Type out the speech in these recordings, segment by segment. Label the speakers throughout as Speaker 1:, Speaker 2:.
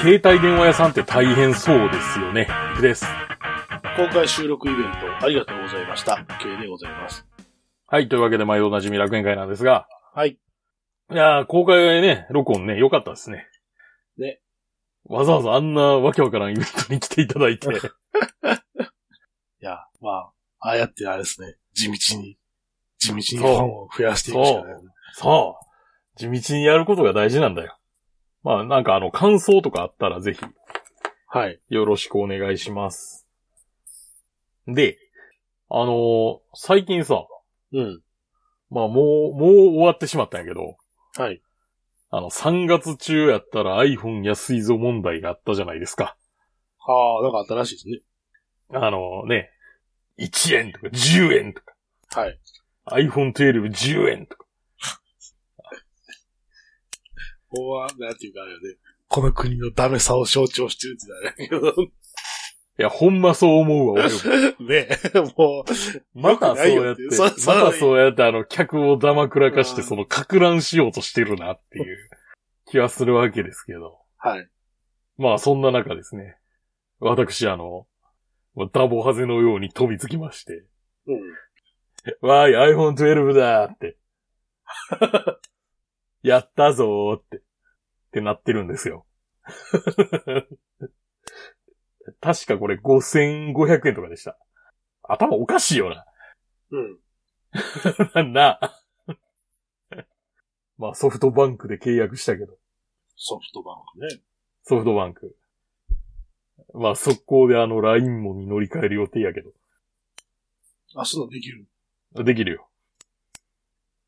Speaker 1: 携帯電話屋さんって大変そうですよね。いくです。
Speaker 2: 公開収録イベントありがとうございました。K でございます。
Speaker 1: はい、というわけで、毎度おなじみ楽園会なんですが、
Speaker 2: はい。
Speaker 1: いやー、公開ね、録音ね、良かったですね。
Speaker 2: ね。
Speaker 1: わざわざあんなわけわからんイベントに来ていただいて、
Speaker 2: いや、まあ、ああやってあれですね。地道に、地道にファンを増やしていくしかないね。
Speaker 1: そう地道にやることが大事なんだよ。まあ、なんかあの、感想とかあったらぜひ、
Speaker 2: はい。
Speaker 1: よろしくお願いします。で、あのー最近さ、
Speaker 2: うん。
Speaker 1: まあもう、もう終わってしまったんやけど、
Speaker 2: はい。
Speaker 1: あの、3月中やったら iPhone 安いぞ問題があったじゃないですか。
Speaker 2: ああ、なんか新しいですね。
Speaker 1: あのね、1円とか10円とか、
Speaker 2: はい。
Speaker 1: iPhone1210 円とか。
Speaker 2: ここは、なんていうかあれよね。この国のダメさを象徴してるってだね。
Speaker 1: いや、ほんまそう思う わ、俺も。
Speaker 2: ねえ、 もう、
Speaker 1: またそうやって
Speaker 2: よくないよってそ、そ
Speaker 1: ま
Speaker 2: う
Speaker 1: たそうやってあの、客をだまくらかして、その、かく乱しようとしてるなっていう気はするわけですけど。
Speaker 2: はい。
Speaker 1: まあ、そんな中ですね。私、あの、ダボハゼのように飛びつきまして。
Speaker 2: うん。
Speaker 1: わーい、iPhone12 だーって。やったぞーって。ってなってるんですよ。 確かこれ5500円とかでした。頭おかしいよな。
Speaker 2: うん。
Speaker 1: なんだ。 まあソフトバンクで契約したけど、
Speaker 2: ソフトバンクね。
Speaker 1: ソフトバンク。まあ速攻であの LINE もに乗り換える予定やけ
Speaker 2: あ、そんなんできる。
Speaker 1: ど、できるよ。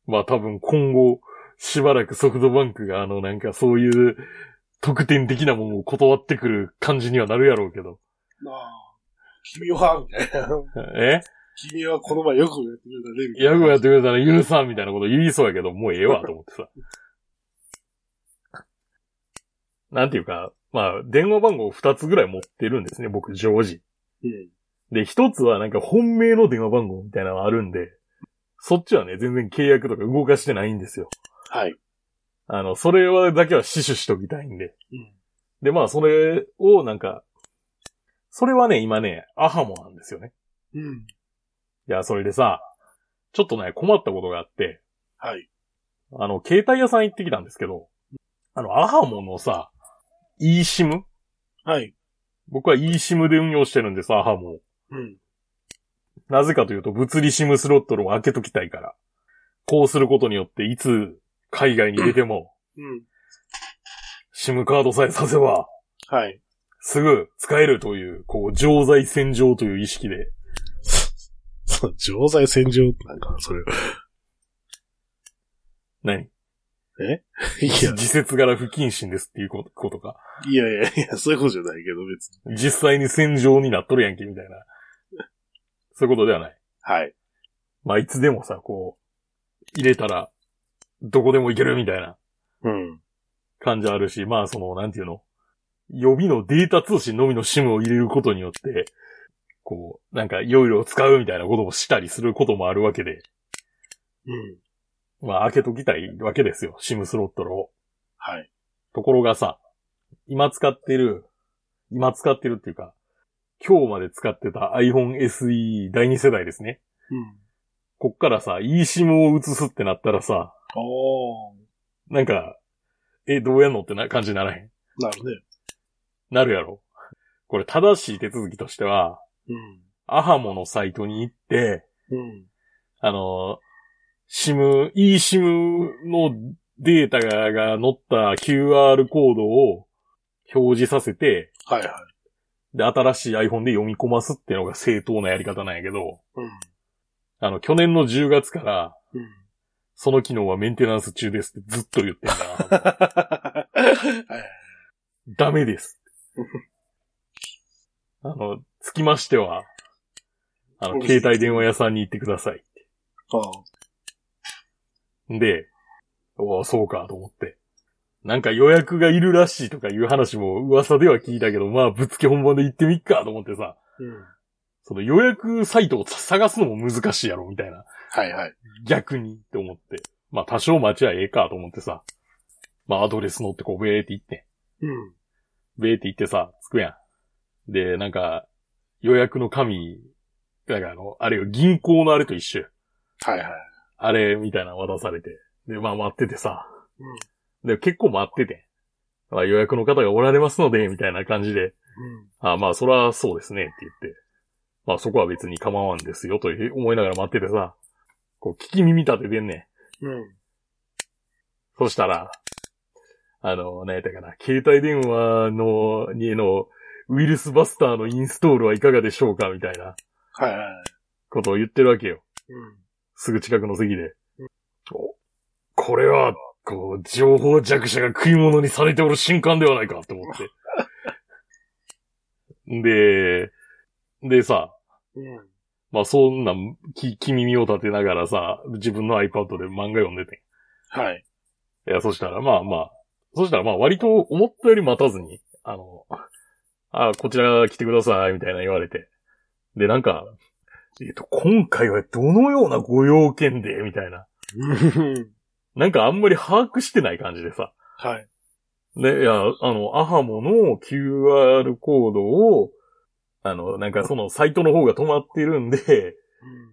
Speaker 1: まあ多分今後、しばらくソフトバンクがあのなんかそういう特典的なものを断ってくる感じにはなるやろうけど。
Speaker 2: なあ。君は、みたいな。
Speaker 1: え
Speaker 2: 君はこの前よくやってくれたね、みたいな。
Speaker 1: ヤフーやってくれたら許さんみたいなこと言いそうやけど、もうええわと思ってさ。なんていうか、まあ、電話番号2つぐらい持ってるんですね、僕、常時。
Speaker 2: うん。
Speaker 1: で、1つはなんか本命の電話番号みたいなのがあるんで、そっちはね、全然契約とか動かしてないんですよ。
Speaker 2: はい。
Speaker 1: あの、それはだけは死守しときたいんで。
Speaker 2: うん。
Speaker 1: で、まあ、それをなんか、それはね、今ね、アハモなんですよね。
Speaker 2: うん。
Speaker 1: いや、それでさ、ちょっとね、困ったことがあって、
Speaker 2: はい。
Speaker 1: あの、携帯屋さん行ってきたんですけど、あの、アハモのさ、eSIM?
Speaker 2: はい。
Speaker 1: 僕は eSIM で運用してるんです、アハモを。
Speaker 2: うん。
Speaker 1: なぜかというと、物理 SIM スロットを開けときたいから。こうすることによって、いつ海外に出ても、
Speaker 2: うん。
Speaker 1: SIM カードさえさせば、
Speaker 2: はい。
Speaker 1: すぐ使えるという、こう、常在戦場という意識で、
Speaker 2: そう、常在戦場なんか、そ れ。
Speaker 1: 何
Speaker 2: いや、
Speaker 1: 自節柄不謹慎ですっていうことことか。
Speaker 2: いやいやいや、そういうことじゃないけど、別に。
Speaker 1: 実際に戦場になっとるやんけ、みたいな。そういうことではない。
Speaker 2: はい。
Speaker 1: まあ、いつでもさ、こう、入れたら、どこでも行けるみたいな
Speaker 2: うん。
Speaker 1: 感じあるし、まあ、その、なんていうの、予備のデータ通信のみの SIM を入れることによって、こう、なんか、いろいろ使うみたいなことをしたりすることもあるわけで、
Speaker 2: うん。
Speaker 1: まあ、開けときたいわけですよ、SIM スロットを。
Speaker 2: はい。
Speaker 1: ところがさ、今使ってる、今使ってるっていうか、今日まで使ってた iPhone SE 第2世代ですね。
Speaker 2: うん。
Speaker 1: こっからさ、eSIM を移すってなったらさ、
Speaker 2: おー。
Speaker 1: なんか、え、どうやんのってな感じにならへん。
Speaker 2: なるね。
Speaker 1: なるやろ。これ正しい手続きとしては、アハモのサイトに行って、
Speaker 2: うん。うん。
Speaker 1: あの、シム、e シムのデータがが載った QR コードを表示させて、
Speaker 2: はいはい。
Speaker 1: で、新しい iPhone で読み込ますってのが正当なやり方なんやけど、
Speaker 2: うん。
Speaker 1: あの、去年の10月から、
Speaker 2: うん。
Speaker 1: その機能はメンテナンス中ですってずっと言ってんだな。
Speaker 2: はい。
Speaker 1: ダメです。あの、つきましては、あの、携帯電話屋さんに行ってください。
Speaker 2: あー
Speaker 1: で、おおそうかと思って。なんか予約がいるらしいとかいう話も噂では聞いたけど、まあ、ぶっつけ本番で行ってみっかと思ってさ、
Speaker 2: うん。
Speaker 1: その予約サイトを探すのも難しいやろ、みたいな。
Speaker 2: はいはい。
Speaker 1: 逆にって思って。まあ、多少待ちはええかと思ってさ、まあ、アドレスのってこう、べーって行って。
Speaker 2: うん。
Speaker 1: べーって行ってさ、着くやん。で、なんか、予約の紙、なんかあの、あれよ、銀行のあれと一緒よ
Speaker 2: はいはい。
Speaker 1: あれ、みたいなの渡されて。で、まあ待っててさ。
Speaker 2: うん
Speaker 1: で、結構待ってて。まあ予約の方がおられますので、みたいな感じで。
Speaker 2: うん。
Speaker 1: あまあ、そらそうですね、って言って。まあそこは別に構わんですよ、と思いながら待っててさ。こう、聞き耳立ててんねん。
Speaker 2: うん。
Speaker 1: そしたら、あの、何やったかな、携帯電話の、にの、ウイルスバスターのインストールはいかがでしょうかみたいな
Speaker 2: はいはい。
Speaker 1: ことを言ってるわけよ。
Speaker 2: うん。
Speaker 1: すぐ近くの席で
Speaker 2: う。
Speaker 1: おこれは、こう、情報弱者が食い物にされておる瞬間ではないかと思って。 で、でさ、
Speaker 2: うん。
Speaker 1: まあそんなん、き、気耳を立てながらさ、自分の iPad で漫画読んでて。
Speaker 2: はい。
Speaker 1: いや、そしたら、まあまあ、そしたら、まあ、割と思ったより待たずに、あの、あ、こちら来てください、みたいな言われて。で、なんか、えっと、今回はどのようなご用件で、みたいな。
Speaker 2: うん。
Speaker 1: なんかあんまり把握してない感じでさ。
Speaker 2: はい。
Speaker 1: で、いや、あの、アハモの QR コードを、あの、なんかそのサイトの方が止まってるんで、
Speaker 2: うん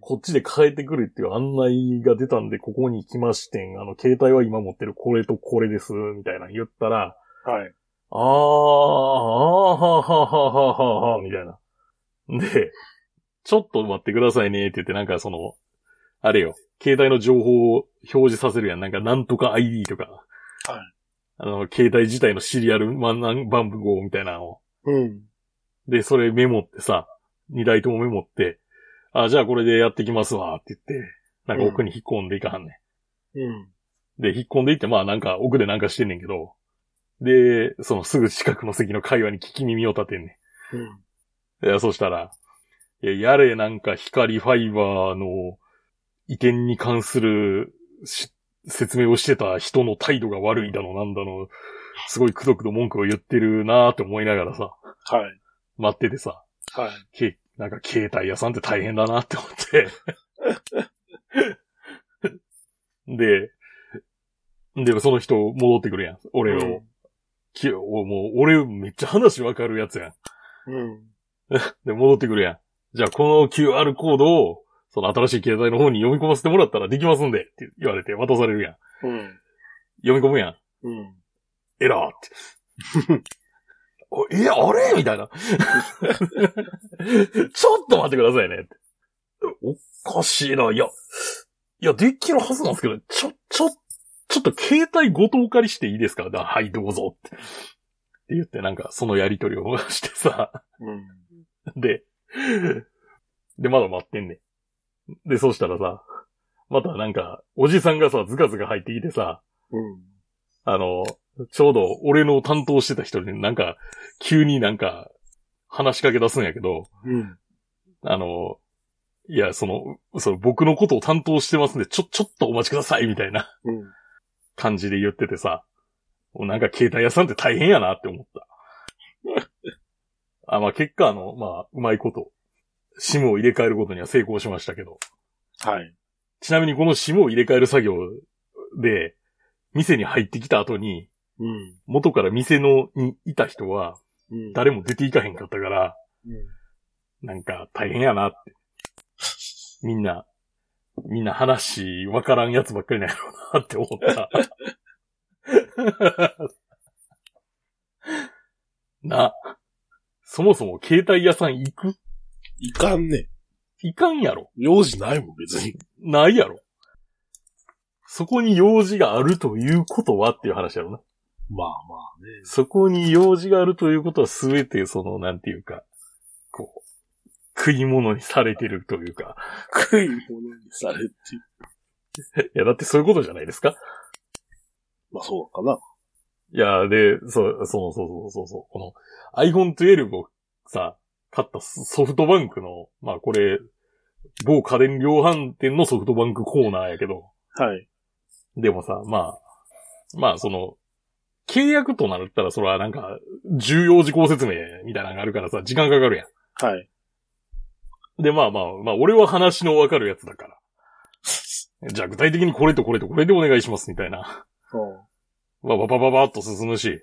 Speaker 1: こっちで変えてくれっていう案内が出たんで、ここに来ましてん。あの、携帯は今持ってるこれとこれです、みたいなの言ったら、
Speaker 2: はい。
Speaker 1: あー、あー、はーはーはーはーはーみたいな。で、ちょっと待ってくださいねって言って、なんかその、あれよ、携帯の情報を表示させるやん。なんか、なんとか ID とか。
Speaker 2: はい
Speaker 1: あの、携帯自体のシリアル番番号みたいなのを。
Speaker 2: うん。
Speaker 1: で、それメモってさ、二台ともメモって、あ、じゃあこれでやってきますわって言って、なんか奥に引っ込んでいかはんねん
Speaker 2: うん。
Speaker 1: で、引っ込んでいって、まあなんか奥でなんかしてんねんけど、で、そのすぐ近くの席の会話に聞き耳を立てんね
Speaker 2: うん。
Speaker 1: ん。いや、そしたら、いや、やれなんか光ファイバーの移転に関するし説明をしてた人の態度が悪いだのなんだの、すごいくどくど文句を言ってるなーって思いながらさ、
Speaker 2: はい。
Speaker 1: 待っててさ、
Speaker 2: はい。
Speaker 1: け、なんか携帯屋さんって大変だなって思って。で、で、その人戻ってくるやん。俺を、きおもう、俺めっちゃ話わかるやつやん。
Speaker 2: うん。
Speaker 1: で、戻ってくるやん。じゃあ、この QR コードを、その新しい携帯の方に読み込ませてもらったらできますんで、って言われて渡されるやん。
Speaker 2: うん。
Speaker 1: 読み込むやん。
Speaker 2: うん。
Speaker 1: エラーって。お え、あれみたいな。 ちょっと待ってくださいねって。おかしいな。いや、いや、できるはずなんですけど、ちょ、ちょ、ちょっと携帯ごとお借りしていいですかだはい、どうぞって。って言って、なんか、そのやりとりをしてさ。
Speaker 2: うん。
Speaker 1: で、で、まだ待ってんねん。で、そうしたらさ、またなんか、おじさんがさ、ズカズカ入ってきてさ、
Speaker 2: うん。
Speaker 1: あの、ちょうど俺の担当してた人になんか、急になんか、話しかけ出すんやけど、
Speaker 2: うん。
Speaker 1: あの、いや、その、その僕のことを担当してますんで、ちょ、ちょっとお待ちください、みたいな
Speaker 2: うん。
Speaker 1: 感じで言っててさ、もうなんか携帯屋さんって大変やなって思った。 あ、まあ結果あの、まあ、うまいこと、SIM を入れ替えることには成功しましたけど、
Speaker 2: はい。
Speaker 1: ちなみにこの SIM を入れ替える作業で、店に入ってきた後に、
Speaker 2: うん。
Speaker 1: 元から店のにいた人は、
Speaker 2: うん。
Speaker 1: 誰も出ていかへんかったから、
Speaker 2: うん。
Speaker 1: なんか大変やなって。みんな、みんな話わからんやつばっかりなんやろうなって思った。な、そもそも携帯屋さん行く
Speaker 2: いかんね。
Speaker 1: 行かんやろ
Speaker 2: 用事ないもん、別に。
Speaker 1: ないやろそこに用事があるということはっていう話やろな。
Speaker 2: まあまあね。
Speaker 1: そこに用事があるということはすべてその、なんていうか、こう、食い物にされてるというか。
Speaker 2: 食い物にされて。
Speaker 1: いや、だってそういうことじゃないですか
Speaker 2: まあそうかな。
Speaker 1: いや、で、そう、そうそうそうそうそう、この iPhone 12をさ、買ったソソフトバンクの、まあこれ、某家電量販店のソフトバンクコーナーやけど、
Speaker 2: はい。
Speaker 1: でもさ、まあ、まあその、契約となったらそれはなんか、重要事項説明みたいなのがあるからさ、時間かかるや
Speaker 2: はい。
Speaker 1: ん。で、まあまあ、まあ俺は話のわかるやつだから。じゃあ具体的にこれとこれとこれでお願いしますみたいな。
Speaker 2: うん。
Speaker 1: まあバババババッと進むし。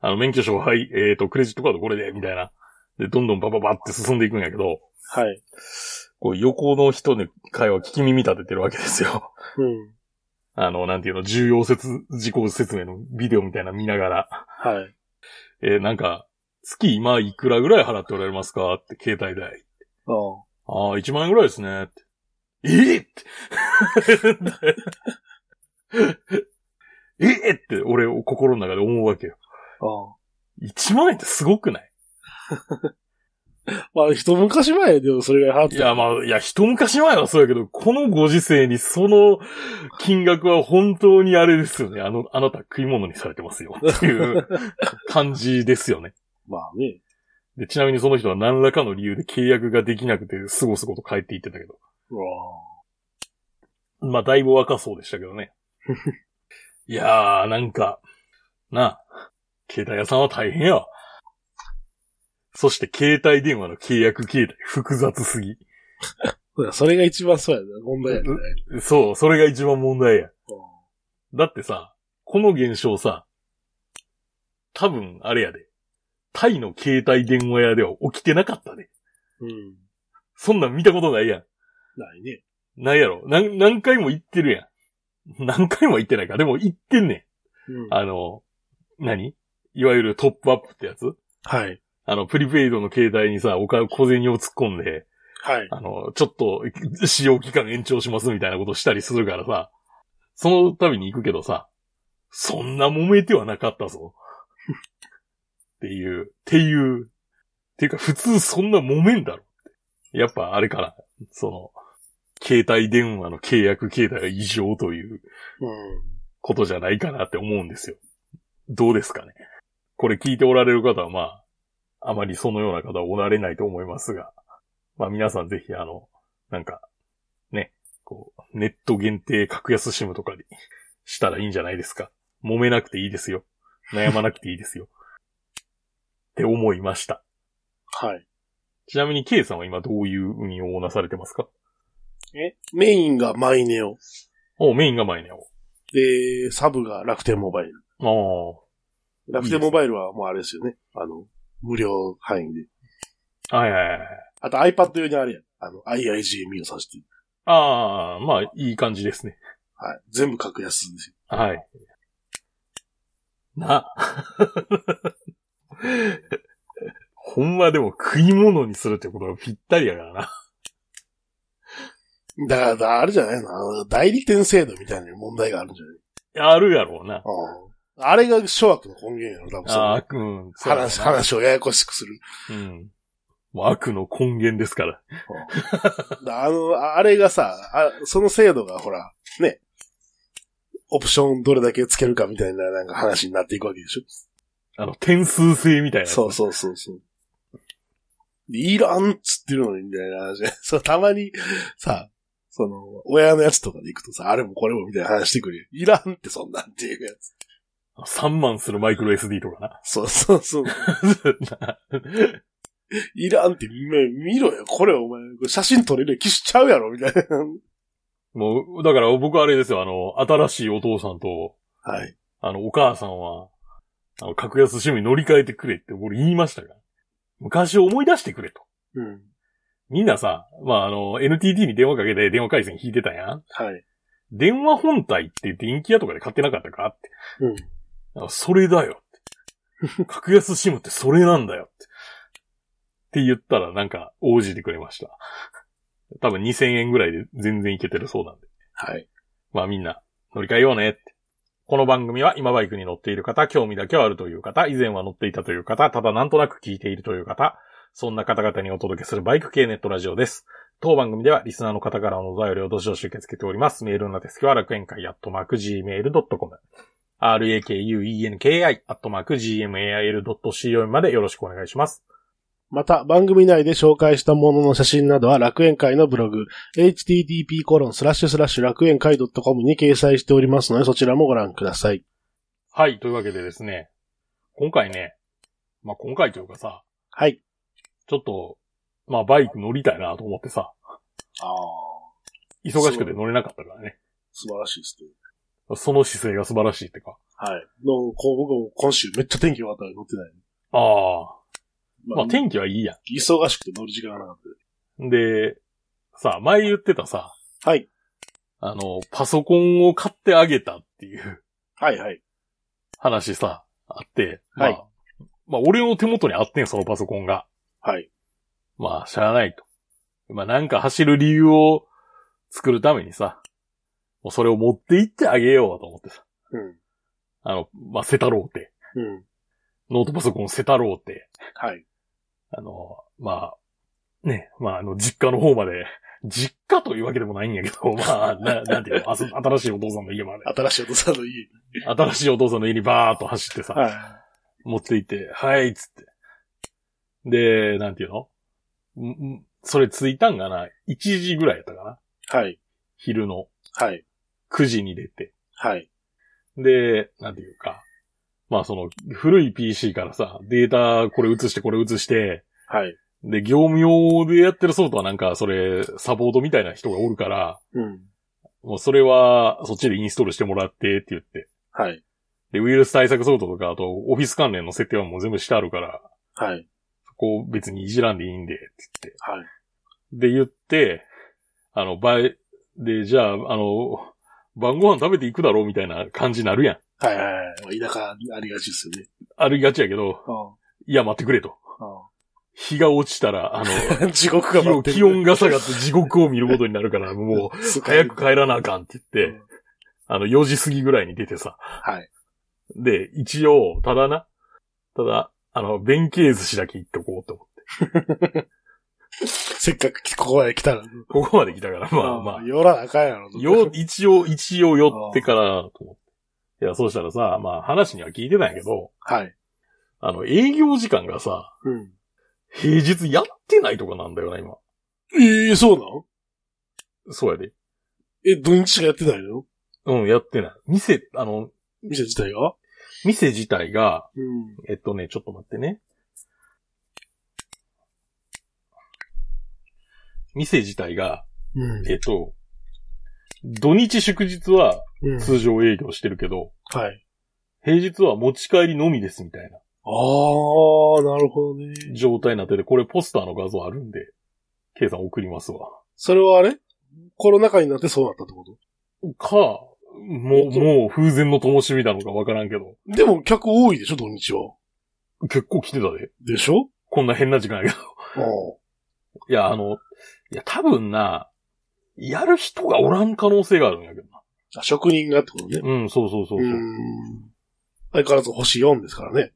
Speaker 1: あの、免許証、はい、えっ、と、クレジットカードこれで、みたいな。で、どんどんバババって進んでいくんやけど、
Speaker 2: はい。
Speaker 1: こう、横の人の会話聞き耳立ててるわけですよ。
Speaker 2: うん。
Speaker 1: あの、なんていうの、重要説、事項説明のビデオみたいなの見ながら、
Speaker 2: はい。
Speaker 1: えーなんか、月今いくらぐらい払っておられますかって、携帯代。
Speaker 2: うん。
Speaker 1: ああ、1万円ぐらいですね。ってえっって。 えっって俺を心の中で思うわけよ。
Speaker 2: うん。
Speaker 1: 1万円ってすごくない
Speaker 2: まあ、一昔前でもそれぐらい払って
Speaker 1: いや、まあ、いや、一昔前はそうやけど、このご時世にその金額は本当にあれですよね。あの、あなた食い物にされてますよ。っていう感じですよね。
Speaker 2: まあね。
Speaker 1: で、ちなみにその人は何らかの理由で契約ができなくて、すごすごと帰っていってたけど。
Speaker 2: うわ
Speaker 1: まあ、だいぶ若そうでしたけどね。いやー、なんか、なあ、携帯屋さんは大変やわ。そして、携帯電話の契約形態、複雑すぎ。
Speaker 2: そうだそれが一番そうやな、問題やね。
Speaker 1: そう、それが一番問題や。
Speaker 2: うん
Speaker 1: だってさ、この現象さ、多分、あれやで。タイの携帯電話屋では起きてなかったで。
Speaker 2: うん。
Speaker 1: そんなん見たことないやん。
Speaker 2: ないね。
Speaker 1: ないやろ。何、何回も行ってるやん。何回も行ってないか。でも行ってんねん。
Speaker 2: うん。
Speaker 1: あの、何いわゆるトップアップってやつ
Speaker 2: はい。
Speaker 1: あの、プリペイドの携帯にさ、お金、小銭を突っ込んで、
Speaker 2: はい。
Speaker 1: あの、ちょっと、 使用期間延長しますみたいなことしたりするからさ、その度に行くけどさ、そんな揉めてはなかったぞ。っていう、っていう、っていうか普通そんな揉めんだろ。やっぱあれから、その、携帯電話の契約形態が異常という
Speaker 2: うん。
Speaker 1: ことじゃないかなって思うんですよ。どうですかね。これ聞いておられる方はまあ、あまりそのような方はおられないと思いますが、まあ皆さんぜひあの、なんか、ね、こう、ネット限定格安シムとかにしたらいいんじゃないですか。揉めなくていいですよ。悩まなくていいですよ。って思いました。
Speaker 2: はい。
Speaker 1: ちなみに K さんは今どういう運用をなされてますか
Speaker 2: えメインがマイネオ。
Speaker 1: おメインがマイネオ。
Speaker 2: で、サブが楽天モバイル。
Speaker 1: あ
Speaker 2: 楽天モバイルはもうあれですよね。あの、無料範囲で。
Speaker 1: あ。はいはいはいはい。
Speaker 2: あと iPad 用にあれやん。あの、IIGME をさせて。
Speaker 1: ああ、まあいい感じですね。
Speaker 2: はい。全部格安ですよ。
Speaker 1: はい。な。 ほんまでも食い物にするってことがぴったりやからな。
Speaker 2: だから、だあれじゃないのあの代理店制度みたいな問題があるんじゃない
Speaker 1: あるやろうな。
Speaker 2: あああれが諸悪の根源やろ、多分そ
Speaker 1: あ
Speaker 2: の
Speaker 1: 悪、うん。そうやな
Speaker 2: 話、。話をややこしくする。
Speaker 1: うん。もう悪の根源ですから。
Speaker 2: だあの、ああれがさあ、その制度がほら、ね、オプションどれだけつけるかみたいななんか話になっていくわけでしょ
Speaker 1: あの、点数制みたいな。
Speaker 2: そうそうそうそう。いらんっつってるのに、みたいな話 で。そう、たまに、さ、その、親のやつとかで行くとさ、あれもこれもみたいな話してくるよ。いらんってそんなんっていうやつ。
Speaker 1: 3万するマイクロ SD とか
Speaker 2: そうそうそう。
Speaker 1: な。
Speaker 2: いらんって、見見ろよ、これお前、これ写真撮れるよ、機種ちゃうやろ、みたいな。
Speaker 1: もう、だから僕あれですよ、あの、新しいお父さんと、
Speaker 2: はい。
Speaker 1: あの、お母さんは、あの、格安趣味乗り換えてくれって俺言いましたから。昔を思い出してくれと。
Speaker 2: うん。
Speaker 1: みんなさ、まあ、あの、NTT に電話かけて電話回線引いてたやん。
Speaker 2: はい。
Speaker 1: 電話本体って電気屋とかで買ってなかったかって。
Speaker 2: うん。
Speaker 1: あそれだよって。格安シムってそれなんだよって。って言ったらなんか応じてくれました。多分2000円ぐらいで全然いけてるそうなんで。
Speaker 2: はい。
Speaker 1: まあみんな乗り換えようねって。この番組は今バイクに乗っている方、興味だけはあるという方、以前は乗っていたという方、ただなんとなく聞いているという方、そんな方々にお届けするバイク系ネットラジオです。当番組ではリスナーの方からのお便りをどしどし受け付けております。メールの手付けは楽園会アットマーク gmail.com。rakuenki アットマーク gmail.co までよろしくお願いします。
Speaker 2: また、番組内で紹介したものの写真などは楽園会のブログ、http コロンスラッシュスラッシュ楽園会 .com に掲載しておりますので、そちらもご覧ください。
Speaker 1: はい、というわけでですね、今回ね、まあ、今回というかさ、
Speaker 2: はい。
Speaker 1: ちょっと、まあ、バイク乗りたいなと思ってさ、
Speaker 2: ああ、
Speaker 1: 忙しくて乗れなかったからね。
Speaker 2: 素晴らしいですね。
Speaker 1: その姿勢が素晴らしいってか。
Speaker 2: はい。の、こう、僕も今週めっちゃ天気良かったのに乗ってない。
Speaker 1: ああ。
Speaker 2: ま
Speaker 1: ま
Speaker 2: あ、
Speaker 1: あ天気はいいや
Speaker 2: 忙しくて乗る時間がなかっ
Speaker 1: ん。で、さあ、前言ってたさ、
Speaker 2: た。はい。
Speaker 1: あの、パソコンを買ってあげたっていう
Speaker 2: はいはい。
Speaker 1: 話さ、あって、
Speaker 2: はい
Speaker 1: まあ、まあ、俺の手元にあってん、そのパソコンが。
Speaker 2: はい。
Speaker 1: まあ、しゃあないと。まあ、なんか走る理由を作るためにさ、もうそれを持って行ってあげようと思ってさ。
Speaker 2: うん。
Speaker 1: あの、まあ、セタローって、
Speaker 2: うん。
Speaker 1: ノートパソコンセタローって、
Speaker 2: はい。
Speaker 1: あの、まあ、ね、まあ、あの、実家の方まで、 実家というわけでもないんやけど、 まあ、ななんていうの、あそ新しいお父さんの家まで、
Speaker 2: 新しいお父さんの家に。
Speaker 1: 新しいお父さんの家にバーっと走ってさ、
Speaker 2: はい。
Speaker 1: 持っていって、はい、っつって。で、なんていうのんんそれ着いたんがな、1時ぐらいやったかな
Speaker 2: はい。
Speaker 1: 昼の
Speaker 2: はい。
Speaker 1: 9時に出て。
Speaker 2: はい。
Speaker 1: で、なんていうか。まあその、古い PC からさ、データこれ移してこれ移して、
Speaker 2: はい。
Speaker 1: で、業務用でやってるソフトはなんか、それ、サポートみたいな人がおるから、
Speaker 2: うん。
Speaker 1: もうそれは、そっちでインストールしてもらってって言って。
Speaker 2: はい。
Speaker 1: で、ウイルス対策ソフトとか、あと、オフィス関連の設定はもう全部してあるから、
Speaker 2: はい。
Speaker 1: そこを別にいじらんでいいんで、って言って。
Speaker 2: はい。
Speaker 1: で、言って、あの、ばい、で、じゃあ、あの、晩ご飯食べていくだろうみたいな感じになるやん。
Speaker 2: はいはいはい。まあ田舎ありがちですよね。
Speaker 1: ありがちやけど、
Speaker 2: う
Speaker 1: いや、待ってくれと。
Speaker 2: ん。
Speaker 1: 日が落ちた ら、あの、
Speaker 2: うん。地獄が
Speaker 1: 気
Speaker 2: 待っ
Speaker 1: 温
Speaker 2: てる。
Speaker 1: 気温が下がって地獄を見ることになるから、もう、
Speaker 2: すごい
Speaker 1: 早く帰らなあかんって言っ
Speaker 2: う
Speaker 1: て、あの、4時過ぎぐらいに出てさ。
Speaker 2: はい。
Speaker 1: で、一応、ただな、ただ、あの、弁慶寿司だけ行っとこうと思って。
Speaker 2: せっかくここまで来たら。
Speaker 1: ここまで来たから、まあまあ、
Speaker 2: 寄らなあかんやろ。
Speaker 1: よ、一応、一応寄ってからだと思って。いや、そうしたらさ、まあ話には聞いてないけど、
Speaker 2: はい。
Speaker 1: あの、営業時間がさ、
Speaker 2: うん。
Speaker 1: 平日やってないとかなんだよな、今。
Speaker 2: ええそうなの
Speaker 1: そうやで。
Speaker 2: え、土日しかやってないの
Speaker 1: うん、やってない。店、あの、
Speaker 2: 店自体が
Speaker 1: 店自体が、
Speaker 2: うん。
Speaker 1: えっとね、ちょっと待ってね。店自体が、
Speaker 2: うん。
Speaker 1: えっと、土日祝日は
Speaker 2: うん。
Speaker 1: 通常営業してるけど、
Speaker 2: はい。
Speaker 1: 平日は持ち帰りのみですみたいな
Speaker 2: あー、なるほどね。
Speaker 1: 状態になってて、これポスターの画像あるんで、ケイさん送りますわ。
Speaker 2: それはあれコロナ禍になってそうなったってこと
Speaker 1: か、もう、もう風前の灯火なのかわからんけど、
Speaker 2: でも客多いでしょ、土日は。
Speaker 1: 結構来てたで。
Speaker 2: でしょ
Speaker 1: こんな変な時間やけど。
Speaker 2: ああ。
Speaker 1: いや、あの、いや、多分な、やる人がおらん可能性があるんやけどな。
Speaker 2: あ職人がってことね。
Speaker 1: うん、そうそうそうそうう。
Speaker 2: ん。相変わらず星4ですからね。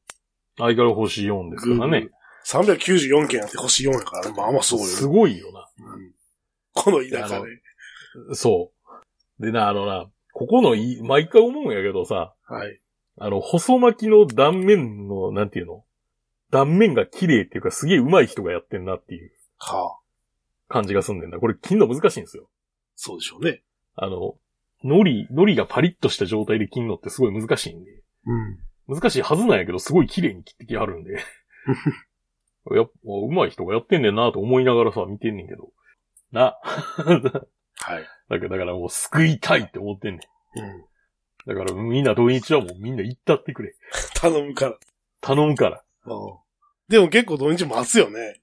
Speaker 1: 相変わらず星4ですからね。
Speaker 2: 394件あって星4やからね。まあまあそうよね
Speaker 1: す。ごいよ
Speaker 2: うんこの田舎で。
Speaker 1: な。そう。でな、あのな、ここのい、毎回思うんやけどさ、
Speaker 2: はい。
Speaker 1: あの、細巻きの断面の、なんていうの断面が綺麗っていうか、すげえ上手い人がやってんなっていう
Speaker 2: はあ。
Speaker 1: 感じがすんねんだ。これ切んの難しいんですよ。
Speaker 2: そうでしょうね。
Speaker 1: あの、海苔、海苔がパリッとした状態で切んのってすごい難しいんで。
Speaker 2: うん。
Speaker 1: 難しいはずなんやけど、すごい綺麗に切ってきはるんで。 やっぱ、上手い人がやってんねんなと思いながらさ、見てんねんけど。な。
Speaker 2: はい。
Speaker 1: だから、だからもう救いたいって思ってんねん。
Speaker 2: うん。
Speaker 1: だからみんな土日はもうみんな行ったってくれ。
Speaker 2: 頼むから。
Speaker 1: 頼むから。
Speaker 2: うんでも結構土日待つよね。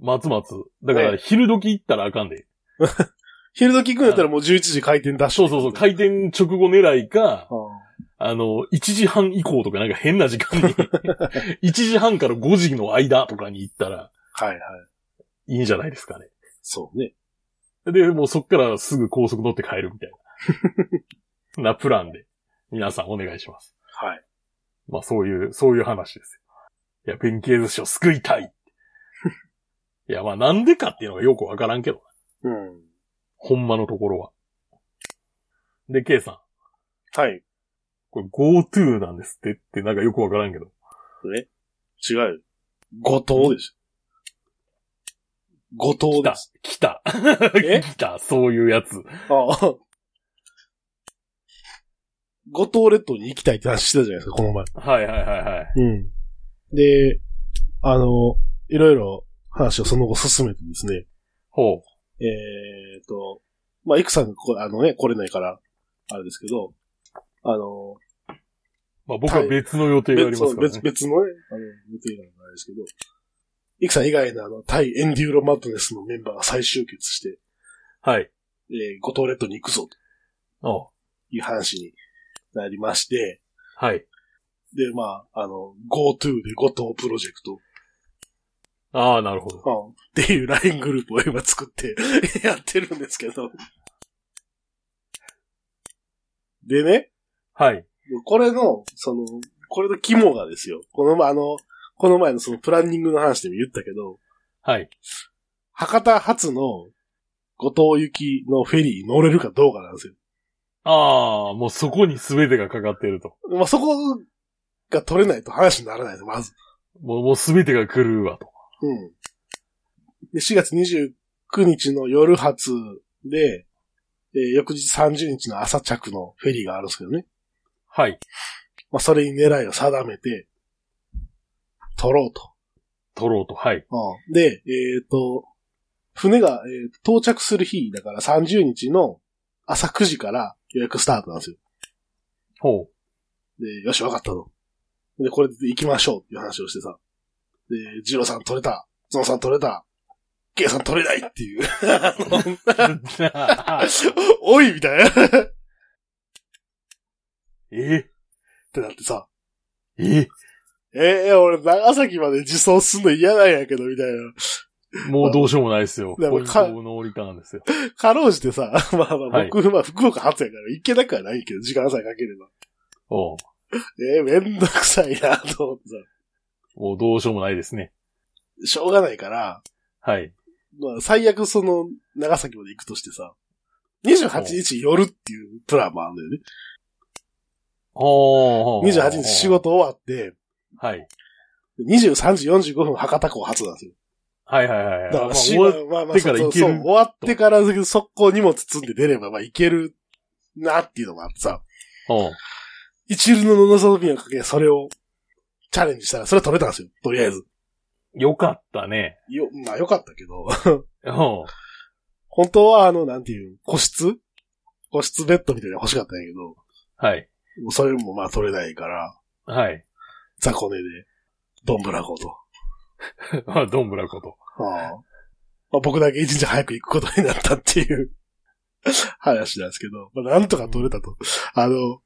Speaker 1: 待つ待つ。だから昼時行ったらあかんで。
Speaker 2: 昼時行くんやったらもう11時開店出し
Speaker 1: そうそうそう。開店直後狙いか、
Speaker 2: うん
Speaker 1: あの、1時半以降とかなんか変な時間に、1時半から5時の間とかに行ったら
Speaker 2: はいはい。
Speaker 1: いいんじゃないですかね。
Speaker 2: そうね。
Speaker 1: で、もうそっからすぐ高速乗って帰るみたいな。なプランで、皆さんお願いします。
Speaker 2: はい。
Speaker 1: まあそういう、そういう話ですよ。いや、弁慶寿司を救いた い。いや、まあなんでかっていうのがよくわからんけど、
Speaker 2: うん。
Speaker 1: ほんまのところは。で、K さん、
Speaker 2: はい。
Speaker 1: これ GoTo なんですってってなんかよくわからんけど。
Speaker 2: 違うよ。後藤でしょ。後藤
Speaker 1: 来
Speaker 2: で
Speaker 1: た
Speaker 2: す。、
Speaker 1: 来た、
Speaker 2: え
Speaker 1: 来た、そういうやつ。
Speaker 2: ああ。五島列島に行きたいって話してたじゃないですか、この前。
Speaker 1: はいはいはいはい。
Speaker 2: うん。で、あの、いろいろ話をその後進めてですね、
Speaker 1: ほう。
Speaker 2: えー、と、まあ、いくさんがこ、あのね、来れないから、あれですけど、あの、
Speaker 1: まあ僕は別の予定がありますから
Speaker 2: 別
Speaker 1: ね。
Speaker 2: 別のね、あの、予定なんないですけど、イクさん以外のあの、対エンデューロマッドネスのメンバーが再集結して、
Speaker 1: はい。
Speaker 2: えー、五島列島に行くぞと
Speaker 1: あ
Speaker 2: いう話になりまして、
Speaker 1: はい。
Speaker 2: で、まあ、あの、GoTo で五島プロジェクト、
Speaker 1: ああ、なるほど。
Speaker 2: うんっていう LINE グループを今作って やってるんですけど。でね、
Speaker 1: はい。
Speaker 2: これの、その、これの肝がですよ。この前、あの、この前のそのプランニングの話でも言ったけど、
Speaker 1: はい。
Speaker 2: 博多発の後藤行きのフェリーに乗れるかどうかなんですよ。
Speaker 1: ああ、もうそこに全てがかかってると。
Speaker 2: まあ、そこが取れないと話にならないです、まず。
Speaker 1: もう、もう全てが狂うわと。
Speaker 2: うん。で、4月29日の夜発で、えー翌日30日の朝着のフェリーがあるんですけどね。
Speaker 1: はい。
Speaker 2: まあ、それに狙いを定めて、取ろうと。
Speaker 1: 取ろうと。はい。
Speaker 2: で、えっ、と、船が、えー到着する日、だから30日の朝9時から予約スタートなんですよ。
Speaker 1: ほう。
Speaker 2: で、よし、わかったと。で、これで行きましょうっていう話をしてさ。で、ジロさん取れた。ゾンさん取れた。ケイさん取れないっていう。 あのおいみたいな。って
Speaker 1: え
Speaker 2: なってさ。
Speaker 1: え
Speaker 2: えー、俺、長崎まで自走すんの嫌なんやけど、みたいな。
Speaker 1: もうどうしようもないですよ。
Speaker 2: で
Speaker 1: ポ
Speaker 2: も
Speaker 1: イン
Speaker 2: か
Speaker 1: トの降りたんですよ。
Speaker 2: かろうじてさ、 まあま
Speaker 1: は
Speaker 2: あ
Speaker 1: い
Speaker 2: 僕、まあ福岡発やから行けなくはないけど、時間さえかければ。
Speaker 1: おう
Speaker 2: えー、めんどくさいな、 と思ってさ。
Speaker 1: もうどうしようもないですね。
Speaker 2: しょうがないから、
Speaker 1: はい。
Speaker 2: まあ、最悪その、長崎まで行くとしてさ、28日夜っていうプランもあるんだよね。
Speaker 1: ほうほうほうほう
Speaker 2: 28日仕。事終わって、
Speaker 1: はい。
Speaker 2: 23時45分博多港発なんですよ。
Speaker 1: はいはいはいは
Speaker 2: だ
Speaker 1: い。
Speaker 2: から
Speaker 1: まあ
Speaker 2: し、
Speaker 1: 終わっ
Speaker 2: まあま
Speaker 1: てから行ける
Speaker 2: そうそう終わってから速攻荷物積んで出れば、まあ行けるなっていうのもあってさ、
Speaker 1: おう
Speaker 2: 一流の望みをかけ、それをチャレンジしたら、それは取れたんですよ。とりあえず。
Speaker 1: よかったね。
Speaker 2: よ、まあよかったけど、
Speaker 1: おう
Speaker 2: 本当はあの、なんていう、個室個室ベッドみたいなの欲しかったんやけど、
Speaker 1: はい。
Speaker 2: もうそれもまあ取れないから、
Speaker 1: はい。
Speaker 2: 雑魚寝で、どんぶらこと。
Speaker 1: まあどんぶらこと。
Speaker 2: ああまあ、僕だけ一日早く行くことになったっていう 話なんですけど、まあ、なんとか取れたと。あの、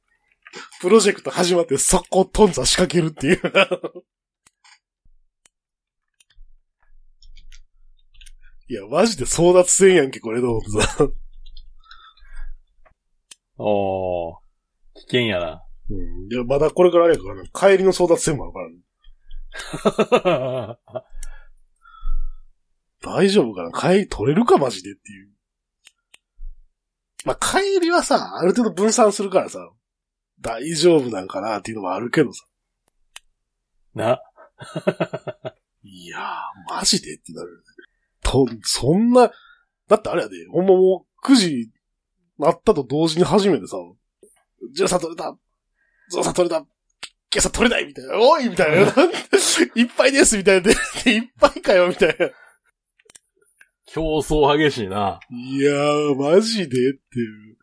Speaker 2: プロジェクト始まって速攻頓挫仕掛けるっていう。 いや、マジで争奪戦やんけ、これどう思ってさ。
Speaker 1: おう危険やな。
Speaker 2: うん。いや、まだこれからあれやからね、帰りの争奪戦もあるからね。大丈夫かな帰り取れるかマジでっていう。まあ、帰りはさ、ある程度分散するからさ、大丈夫なんかなっていうのもあるけどさ。
Speaker 1: な。
Speaker 2: いやー、マジでってなるよね。と、そんな、だってあれやで、ほんまもう9時なったと同時に初めてさ、ジュンさん取れたゾウさん取れた今朝取れないみたいな、おいみたいな、 いっぱいですみたいな、でいっぱいかよみたいな。
Speaker 1: 競争激しいな。
Speaker 2: いやー、マジでっていう。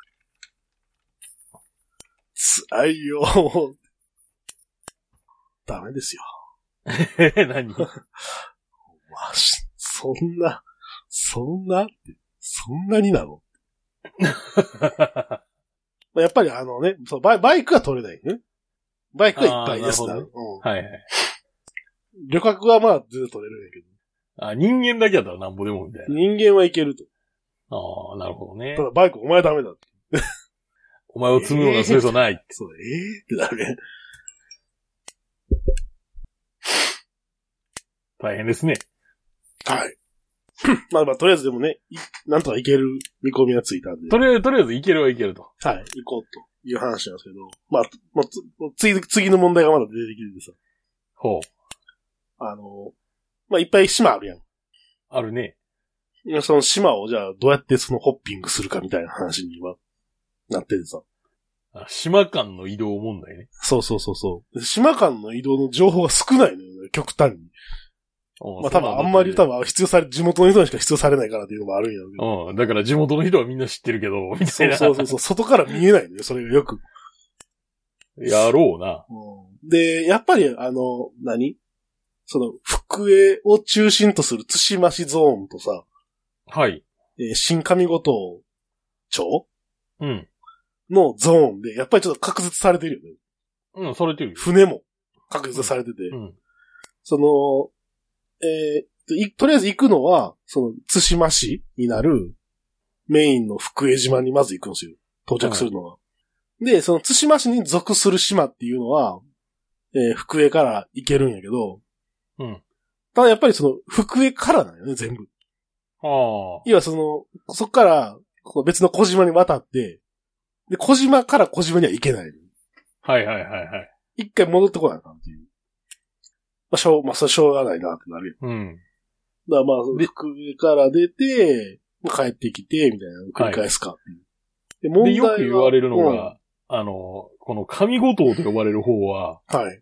Speaker 2: 辛いよ。ダメですよ。
Speaker 1: ええ、何
Speaker 2: マジ、そんな、そんなって、そんなに なのまあやっぱりあのね、そうバイバイクは取れないね。バイクはいっぱいです
Speaker 1: あー
Speaker 2: な、
Speaker 1: な
Speaker 2: う
Speaker 1: る
Speaker 2: ん。
Speaker 1: はいはい。
Speaker 2: 旅客はまあ全然取れるんやけど。
Speaker 1: あ、人間だけやったらなんぼでもみたいな。
Speaker 2: 人間はいけると。
Speaker 1: ああ、なるほどね
Speaker 2: た。だバイクお前ダメだって。
Speaker 1: お前を積むようなスペースはない。
Speaker 2: そう、えー、ってなるね。
Speaker 1: 大変ですね。
Speaker 2: はい。 まあまあとりあえずでもね、いなんとかいける見込みがついたんで。
Speaker 1: とりあえず、とりあえず、いけるはいけると。
Speaker 2: はい、行こうという話なんですけど、まあ、まあ、つ次、次の問題がまだ出てきててさ、
Speaker 1: ほう。
Speaker 2: あの、まあ、いっぱい島あるやん
Speaker 1: あるね。
Speaker 2: いや。その島をじゃあどうやってそのホッピングするかみたいな話に今、なっててさ。
Speaker 1: あ島間の移動問題ね。
Speaker 2: そうそうそうそう。島間の移動の情報が少ないのよね、極端に。
Speaker 1: うん
Speaker 2: まあ多分あんまり多
Speaker 1: そ
Speaker 2: 分必要され、地元の人にしか必要されないからっていうのもあるんやろうけど。
Speaker 1: 分。 うん。だから地元の人はみんな知ってるけど、みた
Speaker 2: そ
Speaker 1: いうな。
Speaker 2: そうそうそう、外から見えないのよ、それがよく。
Speaker 1: やろうな。
Speaker 2: うんで、やっぱり、あの、何その、福江を中心とする津島市ゾーンとさ、
Speaker 1: はい。
Speaker 2: えー新上五島町
Speaker 1: うん。
Speaker 2: のゾーンで、やっぱりちょっと確実されてるよね。
Speaker 1: うん、されてるよ。
Speaker 2: 船も確実されてて。
Speaker 1: うん。
Speaker 2: その、えーといとりあえず行くのは、その、津島市になるメインの福江島にまず行くんですよ。到着するのは。で、その津島市に属する島っていうのは、えー福江から行けるんやけど、
Speaker 1: うん。
Speaker 2: ただやっぱりその、福江からなんよね、全部。
Speaker 1: ああ。
Speaker 2: 要はその、そっから、こう別の小島に渡って、で、小島から小島には行けない。
Speaker 1: はいはいはいはい。
Speaker 2: 一回戻ってこないかんっていう。まあ、しょう、まあ、それしょうがないなってなるよ
Speaker 1: うん。
Speaker 2: だからまあ、福江から出て、帰ってきて、みたいなのを繰り返すかっていう。で、問
Speaker 1: で、よく言われるの
Speaker 2: は
Speaker 1: が、あの、この上五島と呼ばれる方は、
Speaker 2: うんはい。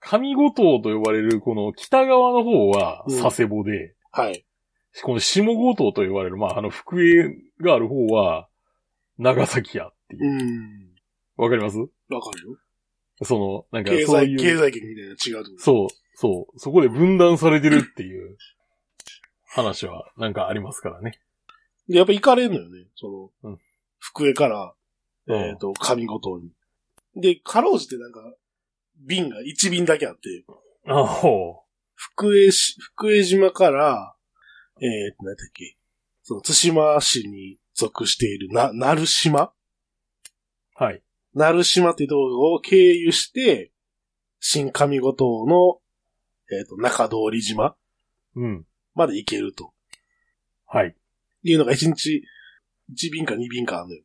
Speaker 1: 上五島と呼ばれるこの北側の方は
Speaker 2: うん
Speaker 1: 佐世保で、
Speaker 2: はい。
Speaker 1: この下五島と呼ばれる、まあ、あの、福江がある方は、長崎やっていうう。
Speaker 2: ん。
Speaker 1: わかります
Speaker 2: わかるよ。
Speaker 1: その、なんか
Speaker 2: 経
Speaker 1: そう
Speaker 2: 済、
Speaker 1: い
Speaker 2: 経
Speaker 1: う、
Speaker 2: 済圏みたいなの違うってこと
Speaker 1: そう、そう、そこで分断されてるっていう話はなんかありますからね。
Speaker 2: で、やっぱ行かれんのよね。その、
Speaker 1: うん
Speaker 2: 福江から、
Speaker 1: うん
Speaker 2: えっ、と、上五島に。で、かろうじてなんか、便が1便だけあって、
Speaker 1: あほ
Speaker 2: 福江し、福江島から、えっ、と、何だっけ、その、津島市に属している、な、鳴島
Speaker 1: う。はい。
Speaker 2: 鳴島っていうところを経由して、新上五島の、えっ、と、中通り島
Speaker 1: うん。
Speaker 2: まで行けると
Speaker 1: はい。
Speaker 2: いうのが1日、1便か2便かあるのよ。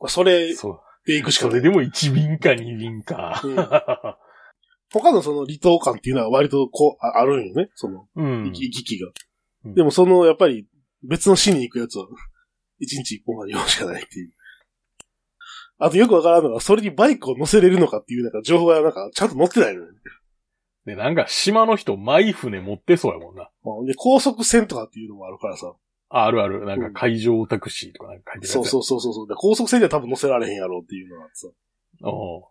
Speaker 2: まあ、それ
Speaker 1: そう。
Speaker 2: で行くしか
Speaker 1: そ
Speaker 2: な
Speaker 1: れ
Speaker 2: い。
Speaker 1: でも1便か2便 か。
Speaker 2: 他のその離島感っていうのは割とこう、ああるんよね。その、
Speaker 1: うん。
Speaker 2: 行き行き来が。
Speaker 1: うん
Speaker 2: でもその、やっぱり、別の市に行くやつは、1日1本が4しかないっていう。あとよくわからんのが、それにバイクを乗せれるのかっていう、なんか情報がなんか、ちゃんと載ってないのよね。
Speaker 1: で、なんか島の人、マイ船持ってそうやもんな。
Speaker 2: うんで、高速船とかっていうのもあるからさ。
Speaker 1: ああるある。なんか海上タクシーとかなんか書いてるやつ
Speaker 2: そうそうそうそう。で高速船では多分乗せられへんやろうっていうのがあってさ。
Speaker 1: う。おう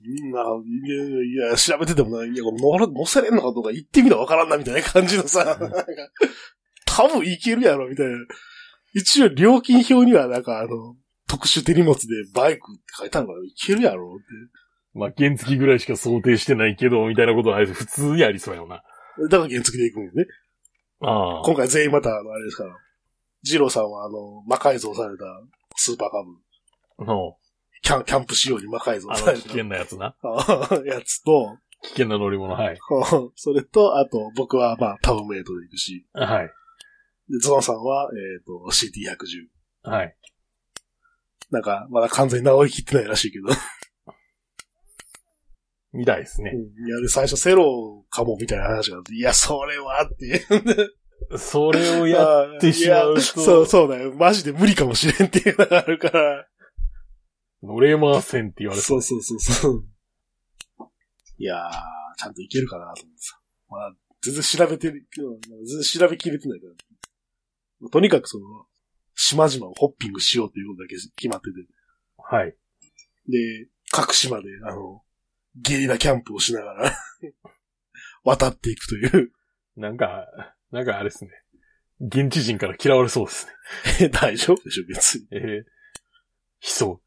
Speaker 2: みんな、いや、いや調べててもない、いや、これ乗ら乗せれんのかどうか行ってみなわからんなみたいな感じのさ、なんか、多分行けるやろみたいな。一応料金表にはなんかあの、特殊手荷物でバイクって書いてあるから行けるやろって。
Speaker 1: まあ、原付ぐらいしか想定してないけど、みたいなことはあいつ普通にありそうやもんな。
Speaker 2: だから原付で行くんよね。
Speaker 1: ああ。
Speaker 2: 今回全員また、あの、あれですから。ジローさんはあの、魔改造されたスーパーカブ、
Speaker 1: おう
Speaker 2: キャン、キャンプ仕様に魔改造
Speaker 1: あ
Speaker 2: さ
Speaker 1: の
Speaker 2: れ
Speaker 1: 危
Speaker 2: た。
Speaker 1: 険なやつな。
Speaker 2: やつと、
Speaker 1: 危険な乗り物、はい。
Speaker 2: それと、あと、僕は、まあ、タブメイトで行くし、
Speaker 1: はい。
Speaker 2: でゾノさんは、えっ、と、CT110。
Speaker 1: はい。
Speaker 2: なんか、まだ完全に直りきってないらしいけど。
Speaker 1: みたいですね。
Speaker 2: いや、で、最初セロかも、みたいな話があって、いや、それはって。
Speaker 1: それをやっってしまうと
Speaker 2: いやそう、そうだよ。マジで無理かもしれんっていうのがあるから。
Speaker 1: 乗れませんって言われて
Speaker 2: そうそうそうそう。いやー、ちゃんといけるかなと思ってさ。まあ、全然調べてる、全然調べきれてないから。とにかくその、島々をホッピングしようということだけ決まってて。
Speaker 1: はい。
Speaker 2: で、各島で、あの、ゲリラキャンプをしながら、 渡っていくという、
Speaker 1: なんか、なんかあれですね。現地人から嫌われそうですね。
Speaker 2: え大丈夫でしょ、別に。
Speaker 1: ええー。悲壮。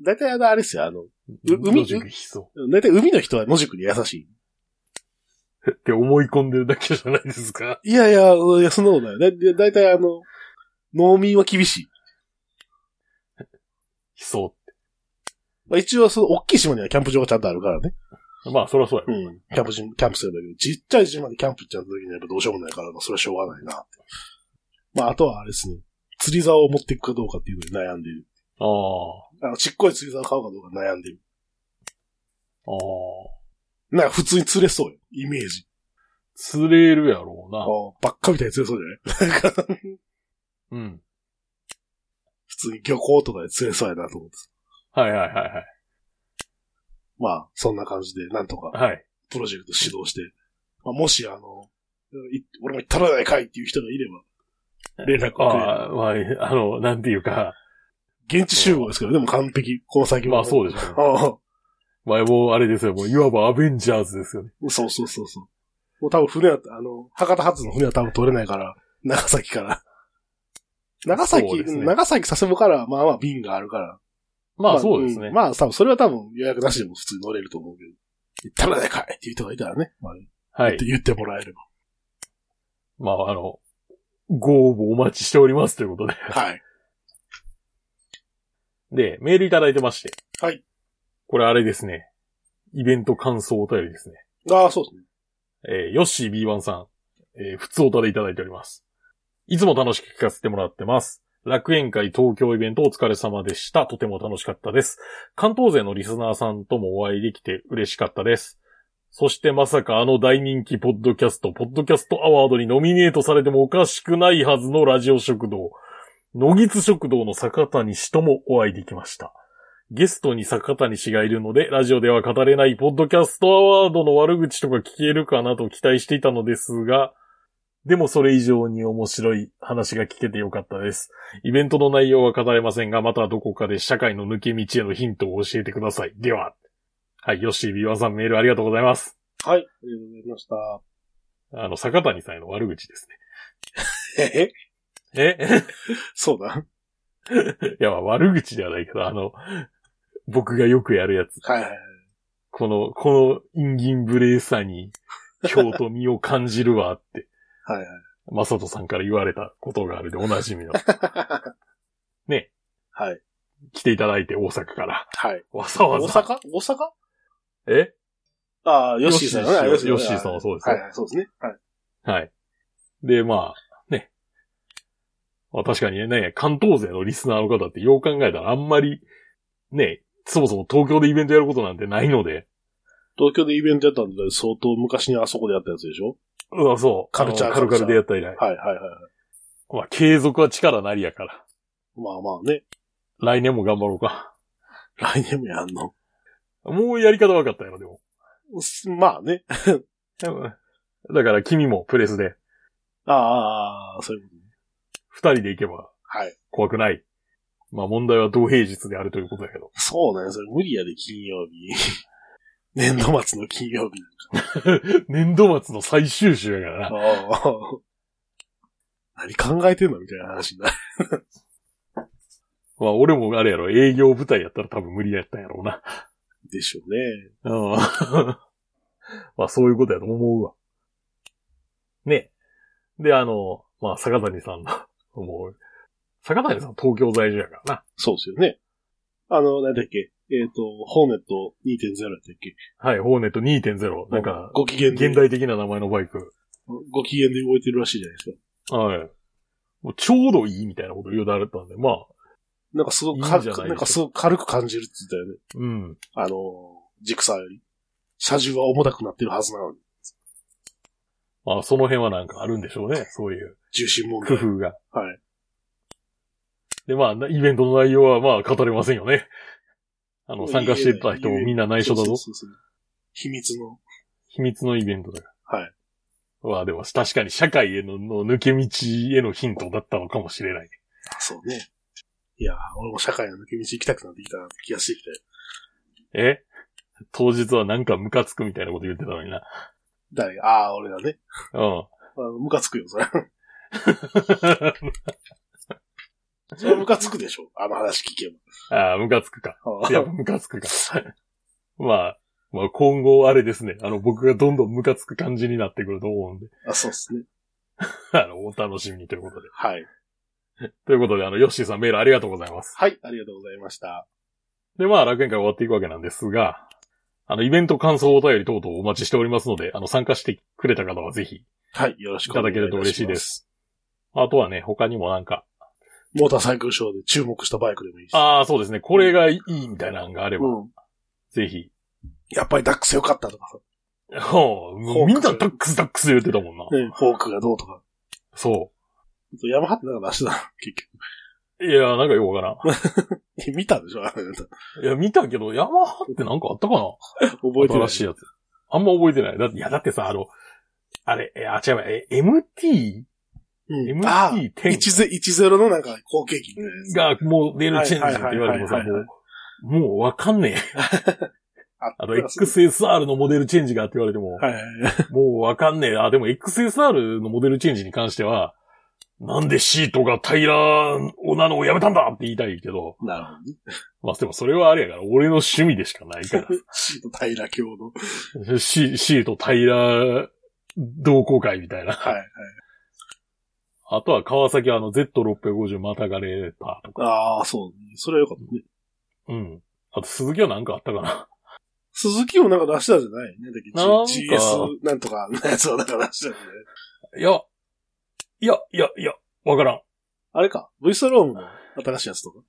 Speaker 2: 大体あの、あれですよ、あの、海
Speaker 1: 野宿悲壮。
Speaker 2: 大体海の人は野宿に優し
Speaker 1: って思い込んでるだけじゃないですか。
Speaker 2: い。いやいや、いやそんなことない。だ大体あの、農民は厳しい。
Speaker 1: 悲壮っ
Speaker 2: まあ、一応、その、大きい島にはキャンプ場がちゃんとあるからね。
Speaker 1: て。まあ、そりゃそうや。
Speaker 2: うん。キャンプ場、キャンプするんだけど、ちっちゃい島でキャンプ行っちゃった時にはやっぱどうしようもないから、まあそれはしょうがないなって。まあ、あとはあれですね。釣り竿を持っていくかどうかっていうのに悩んでる。
Speaker 1: ああ。
Speaker 2: あの、ちっこい釣り竿を買うかどうか悩んでる。
Speaker 1: ああ。
Speaker 2: なんか普通に釣れそうよ。イメージ。
Speaker 1: 釣れるやろ
Speaker 2: あーばっかみたいに釣れそうじゃないなんか
Speaker 1: うな。うん。
Speaker 2: 普通に漁港とかで釣れそうやなと思って。
Speaker 1: はいはいはいはい。
Speaker 2: まあ、そんな感じで、なんとか、
Speaker 1: はい。
Speaker 2: プロジェクト始動して、まあ、もし、あの、い俺も行ったらないかいっていう人がいれば、連絡をくれる
Speaker 1: ああ、まあ、あの、なんていうか、
Speaker 2: 現地集合ですけど、でも完璧。この先
Speaker 1: ま
Speaker 2: は。
Speaker 1: あそうでしょうね。
Speaker 2: ょ。
Speaker 1: まあもうあれですよ。もういわばアベンジャーズですよね。
Speaker 2: そうそうそうそう。もう多分船は、あの、博多発の船は多分取れないから、長崎から。長崎、
Speaker 1: そうですね
Speaker 2: 長崎佐世保から、まあまあ便があるから。
Speaker 1: まあそうですね。
Speaker 2: んまあ多分、それは多分予約なしでも普通に乗れると思うけど。行ったらでかいっていう人がいたらね、まあ、
Speaker 1: は
Speaker 2: 言
Speaker 1: い
Speaker 2: って。言ってもらえれば。
Speaker 1: まああの、ご応募お待ちしておりますということで。
Speaker 2: はい。
Speaker 1: で、メールいただいてまして。
Speaker 2: はい。
Speaker 1: これあれですね。イベント感想お便りですね。
Speaker 2: ああ、そうですね。
Speaker 1: えー、ヨッシー B1 さん、えー、普通おたでいただいております。いつも楽しく聞かせてもらってます。楽園会東京イベントお疲れ様でした。とても楽しかったです。関東勢のリスナーさんともお会いできて嬉しかったです。そしてまさかあの大人気ポッドキャスト、ポッドキャストアワードにノミネートされてもおかしくないはずのラジオ食堂。野木津食堂の坂谷氏ともお会いできました。ゲストに坂谷氏がいるので、ラジオでは語れないポッドキャストアワードの悪口とか聞けるかなと期待していたのですが、でもそれ以上に面白い話が聞けてよかったです。イベントの内容は語れませんが、またどこかで社会の抜け道へのヒントを教えてください。では。はい、ヨッシー、ビワさんメールありがとうございます。
Speaker 2: はい。ありがとうございました。
Speaker 1: あの、坂谷さんへの悪口です
Speaker 2: ええ
Speaker 1: ね。え
Speaker 2: そうだ。
Speaker 1: いや、まあ悪口ではないけど、あの、僕がよくやるやつ。
Speaker 2: はいはいはい。
Speaker 1: この、この陰銀無礼さに、京都味を感じるわって、
Speaker 2: はいはい。
Speaker 1: マサトさんから言われたことがあるでおな じみの、ね。
Speaker 2: はい。
Speaker 1: 来ていただいて大阪から。
Speaker 2: はい。
Speaker 1: わざ
Speaker 2: 大
Speaker 1: わざ。
Speaker 2: 阪大阪
Speaker 1: え
Speaker 2: ああ、ヨッシーさんね。
Speaker 1: ヨッシーさんヨ
Speaker 2: ヨッシ
Speaker 1: ッシーさんはそうです
Speaker 2: は
Speaker 1: ね
Speaker 2: いはい、そうですね。はい。
Speaker 1: はい。で、まあ、ね。まあ確かにね、関東勢のリスナーの方ってよう考えたらあんまり、ね、そもそも東京でイベントやることなんてないので、
Speaker 2: 東京でイベントやったんで、相当昔にあそこでやったやつでしょ
Speaker 1: うわ、そう。
Speaker 2: カルチャー
Speaker 1: あのカルカルでやった以来。
Speaker 2: はいはいはいはい。
Speaker 1: まあ、継続は力なりやから。
Speaker 2: まあまあね。
Speaker 1: 来年も頑張ろうか。
Speaker 2: 来年もやんの。
Speaker 1: もうやり方分かったよ、でも。
Speaker 2: すまあね。
Speaker 1: だから君もプレスで、
Speaker 2: ああ、そういうことね。
Speaker 1: 二人で行けば
Speaker 2: はい。
Speaker 1: 怖くない。まあ問題は同平日であるということだけど。
Speaker 2: そうね。それ無理やで、金曜日。 年度末の金曜日。
Speaker 1: 年度末の最終週やからな。
Speaker 2: ああ。何考えてんのみたいな話になる。
Speaker 1: まあ俺もあれやろ、営業部隊やったら多分無理やったんやろうな。
Speaker 2: でしょうね。
Speaker 1: うん。まあそういうことやと思うわ。ね。で、あの、まあ坂谷さんの、もう、坂谷さん東京在住やからな。
Speaker 2: そうですよね。あの、なんだっけ。えっ、と、ホーネット2.0やったっけ。
Speaker 1: はい、ホーネット2.0。なんか、
Speaker 2: ご機嫌で
Speaker 1: 現代的な名前のバイク。
Speaker 2: ご機嫌で動いてるらしいじゃないですか。
Speaker 1: はい。もうちょうどいいみたいなこと言うだれたんで、まあ、
Speaker 2: なんかすご
Speaker 1: い
Speaker 2: く
Speaker 1: いんじ
Speaker 2: 軽
Speaker 1: ゃないでしょ
Speaker 2: く、
Speaker 1: う
Speaker 2: なんかすごく軽く感じるって言って
Speaker 1: うん。
Speaker 2: たよね。あのー、ジクサーより。車重は重たくなってるはずなのに。
Speaker 1: まあ、その辺はなんかあるんでしょうね。そういう
Speaker 2: 重心問
Speaker 1: 工
Speaker 2: 題。
Speaker 1: 夫が。
Speaker 2: はい。
Speaker 1: で、まあ、なイベントの内容はまあ、語れませんよね。あの、参加してた人
Speaker 2: いえいえ
Speaker 1: みんな内緒だ
Speaker 2: そ
Speaker 1: ぞ
Speaker 2: う。そうそうそう秘密の。
Speaker 1: 秘密のイベントだから。
Speaker 2: はい。
Speaker 1: まあ、でも確かに社会へのの抜け道へのヒントだったのかもしれない。
Speaker 2: あそうね。いやー、俺も社会の抜け道行きたくなってきた気がしてきたよ。
Speaker 1: え当日はなんかムカつくみたいなこと言ってたのにな。
Speaker 2: 誰がああ、俺だね。
Speaker 1: うん。
Speaker 2: あのムカつくよ、それ。それムカつくでしょ。あの話聞け
Speaker 1: ああ、ムカつくか。
Speaker 2: ば。
Speaker 1: やっぱムカつくか。まあ、まあ今後あれですね。あの、僕がどんどんムカつく感じになってくると思うんで、
Speaker 2: あ、そうですね。
Speaker 1: あの、お楽しみにということで。
Speaker 2: はい。
Speaker 1: ということで、あの、ヨッシーさんメールありがとうございます。
Speaker 2: はい、ありがとうございました。
Speaker 1: で、まあ、楽園会終わっていくわけなんですが、あの、イベント感想お便り等々お待ちしておりますので、あの、参加してくれた方はぜひ。
Speaker 2: はい、よろしくお願いいたしま
Speaker 1: いただける
Speaker 2: す。
Speaker 1: と嬉しいで。あとはね、他にもなんか、
Speaker 2: モーターサイクルショーで注目したバイクでもいいし。
Speaker 1: ああ、そうですね、これがいいみたいなのがあれば、
Speaker 2: うん。
Speaker 1: ぜひ。
Speaker 2: やっぱりダックス良かったとかさ。
Speaker 1: ほう、もうみんなダックスダックス言ってたもんな。
Speaker 2: ね、フォークがどうとか。
Speaker 1: そ
Speaker 2: ヤマハってなんか出してたの結
Speaker 1: う。いや、なんかよくわからん。
Speaker 2: 局。 見たでしょあれ覚
Speaker 1: いや、見たけど、ヤマハってなんかあったかな
Speaker 2: えてな
Speaker 1: 新
Speaker 2: い。
Speaker 1: しいやつ。あんま覚えてない。だって、いや、だってさ、あの、あれ、えあ、違うわ、え、MT?
Speaker 2: うん
Speaker 1: MT10
Speaker 2: ああ10 10のなんか後継機みたいなやつ。
Speaker 1: が、もうレールチェンジって言われてもさ、
Speaker 2: はいはいはいはい
Speaker 1: もう、もうわかんねえ。あと XSR のモデルチェンジがって言われても、
Speaker 2: はいはいはい。
Speaker 1: もうわかんねえ。あ、でも XSR のモデルチェンジに関しては、なんでシートが平らなのをやめたんだって言いたいけど、
Speaker 2: なるほどね。
Speaker 1: まあでもそれはあれやから、俺の趣味でしかないか
Speaker 2: シート平教の。
Speaker 1: ら。シシート平ら同好会みたいな。
Speaker 2: はいはい。
Speaker 1: あとは川崎はあの Z650 またがれたとか。
Speaker 2: ああ、そうね。それはよかったね。
Speaker 1: うん。あと鈴木はなんかあったかな。
Speaker 2: 鈴木もなんか出したじゃないね。だ
Speaker 1: なんか
Speaker 2: けど GS なんとかのやつをなんか出したよね。
Speaker 1: いや、いや、いや、いや、わからん。
Speaker 2: あれか。V ストロームの新しいやつとか。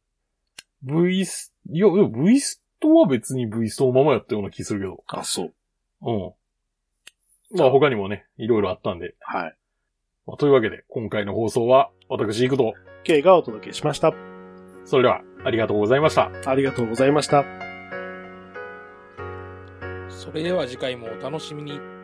Speaker 1: V ス、いや、でも V ストは別に V ストのままやったような気するけど。
Speaker 2: あ、そう。
Speaker 1: うん。まあ他にもね、いろいろあったんで。
Speaker 2: はい。
Speaker 1: まあというわけで、今回の放送は私行くと。
Speaker 2: K がお届けしました。
Speaker 1: それでは、ありがとうございました。
Speaker 2: ありがとうございました。
Speaker 3: それでは次回もお楽しみに。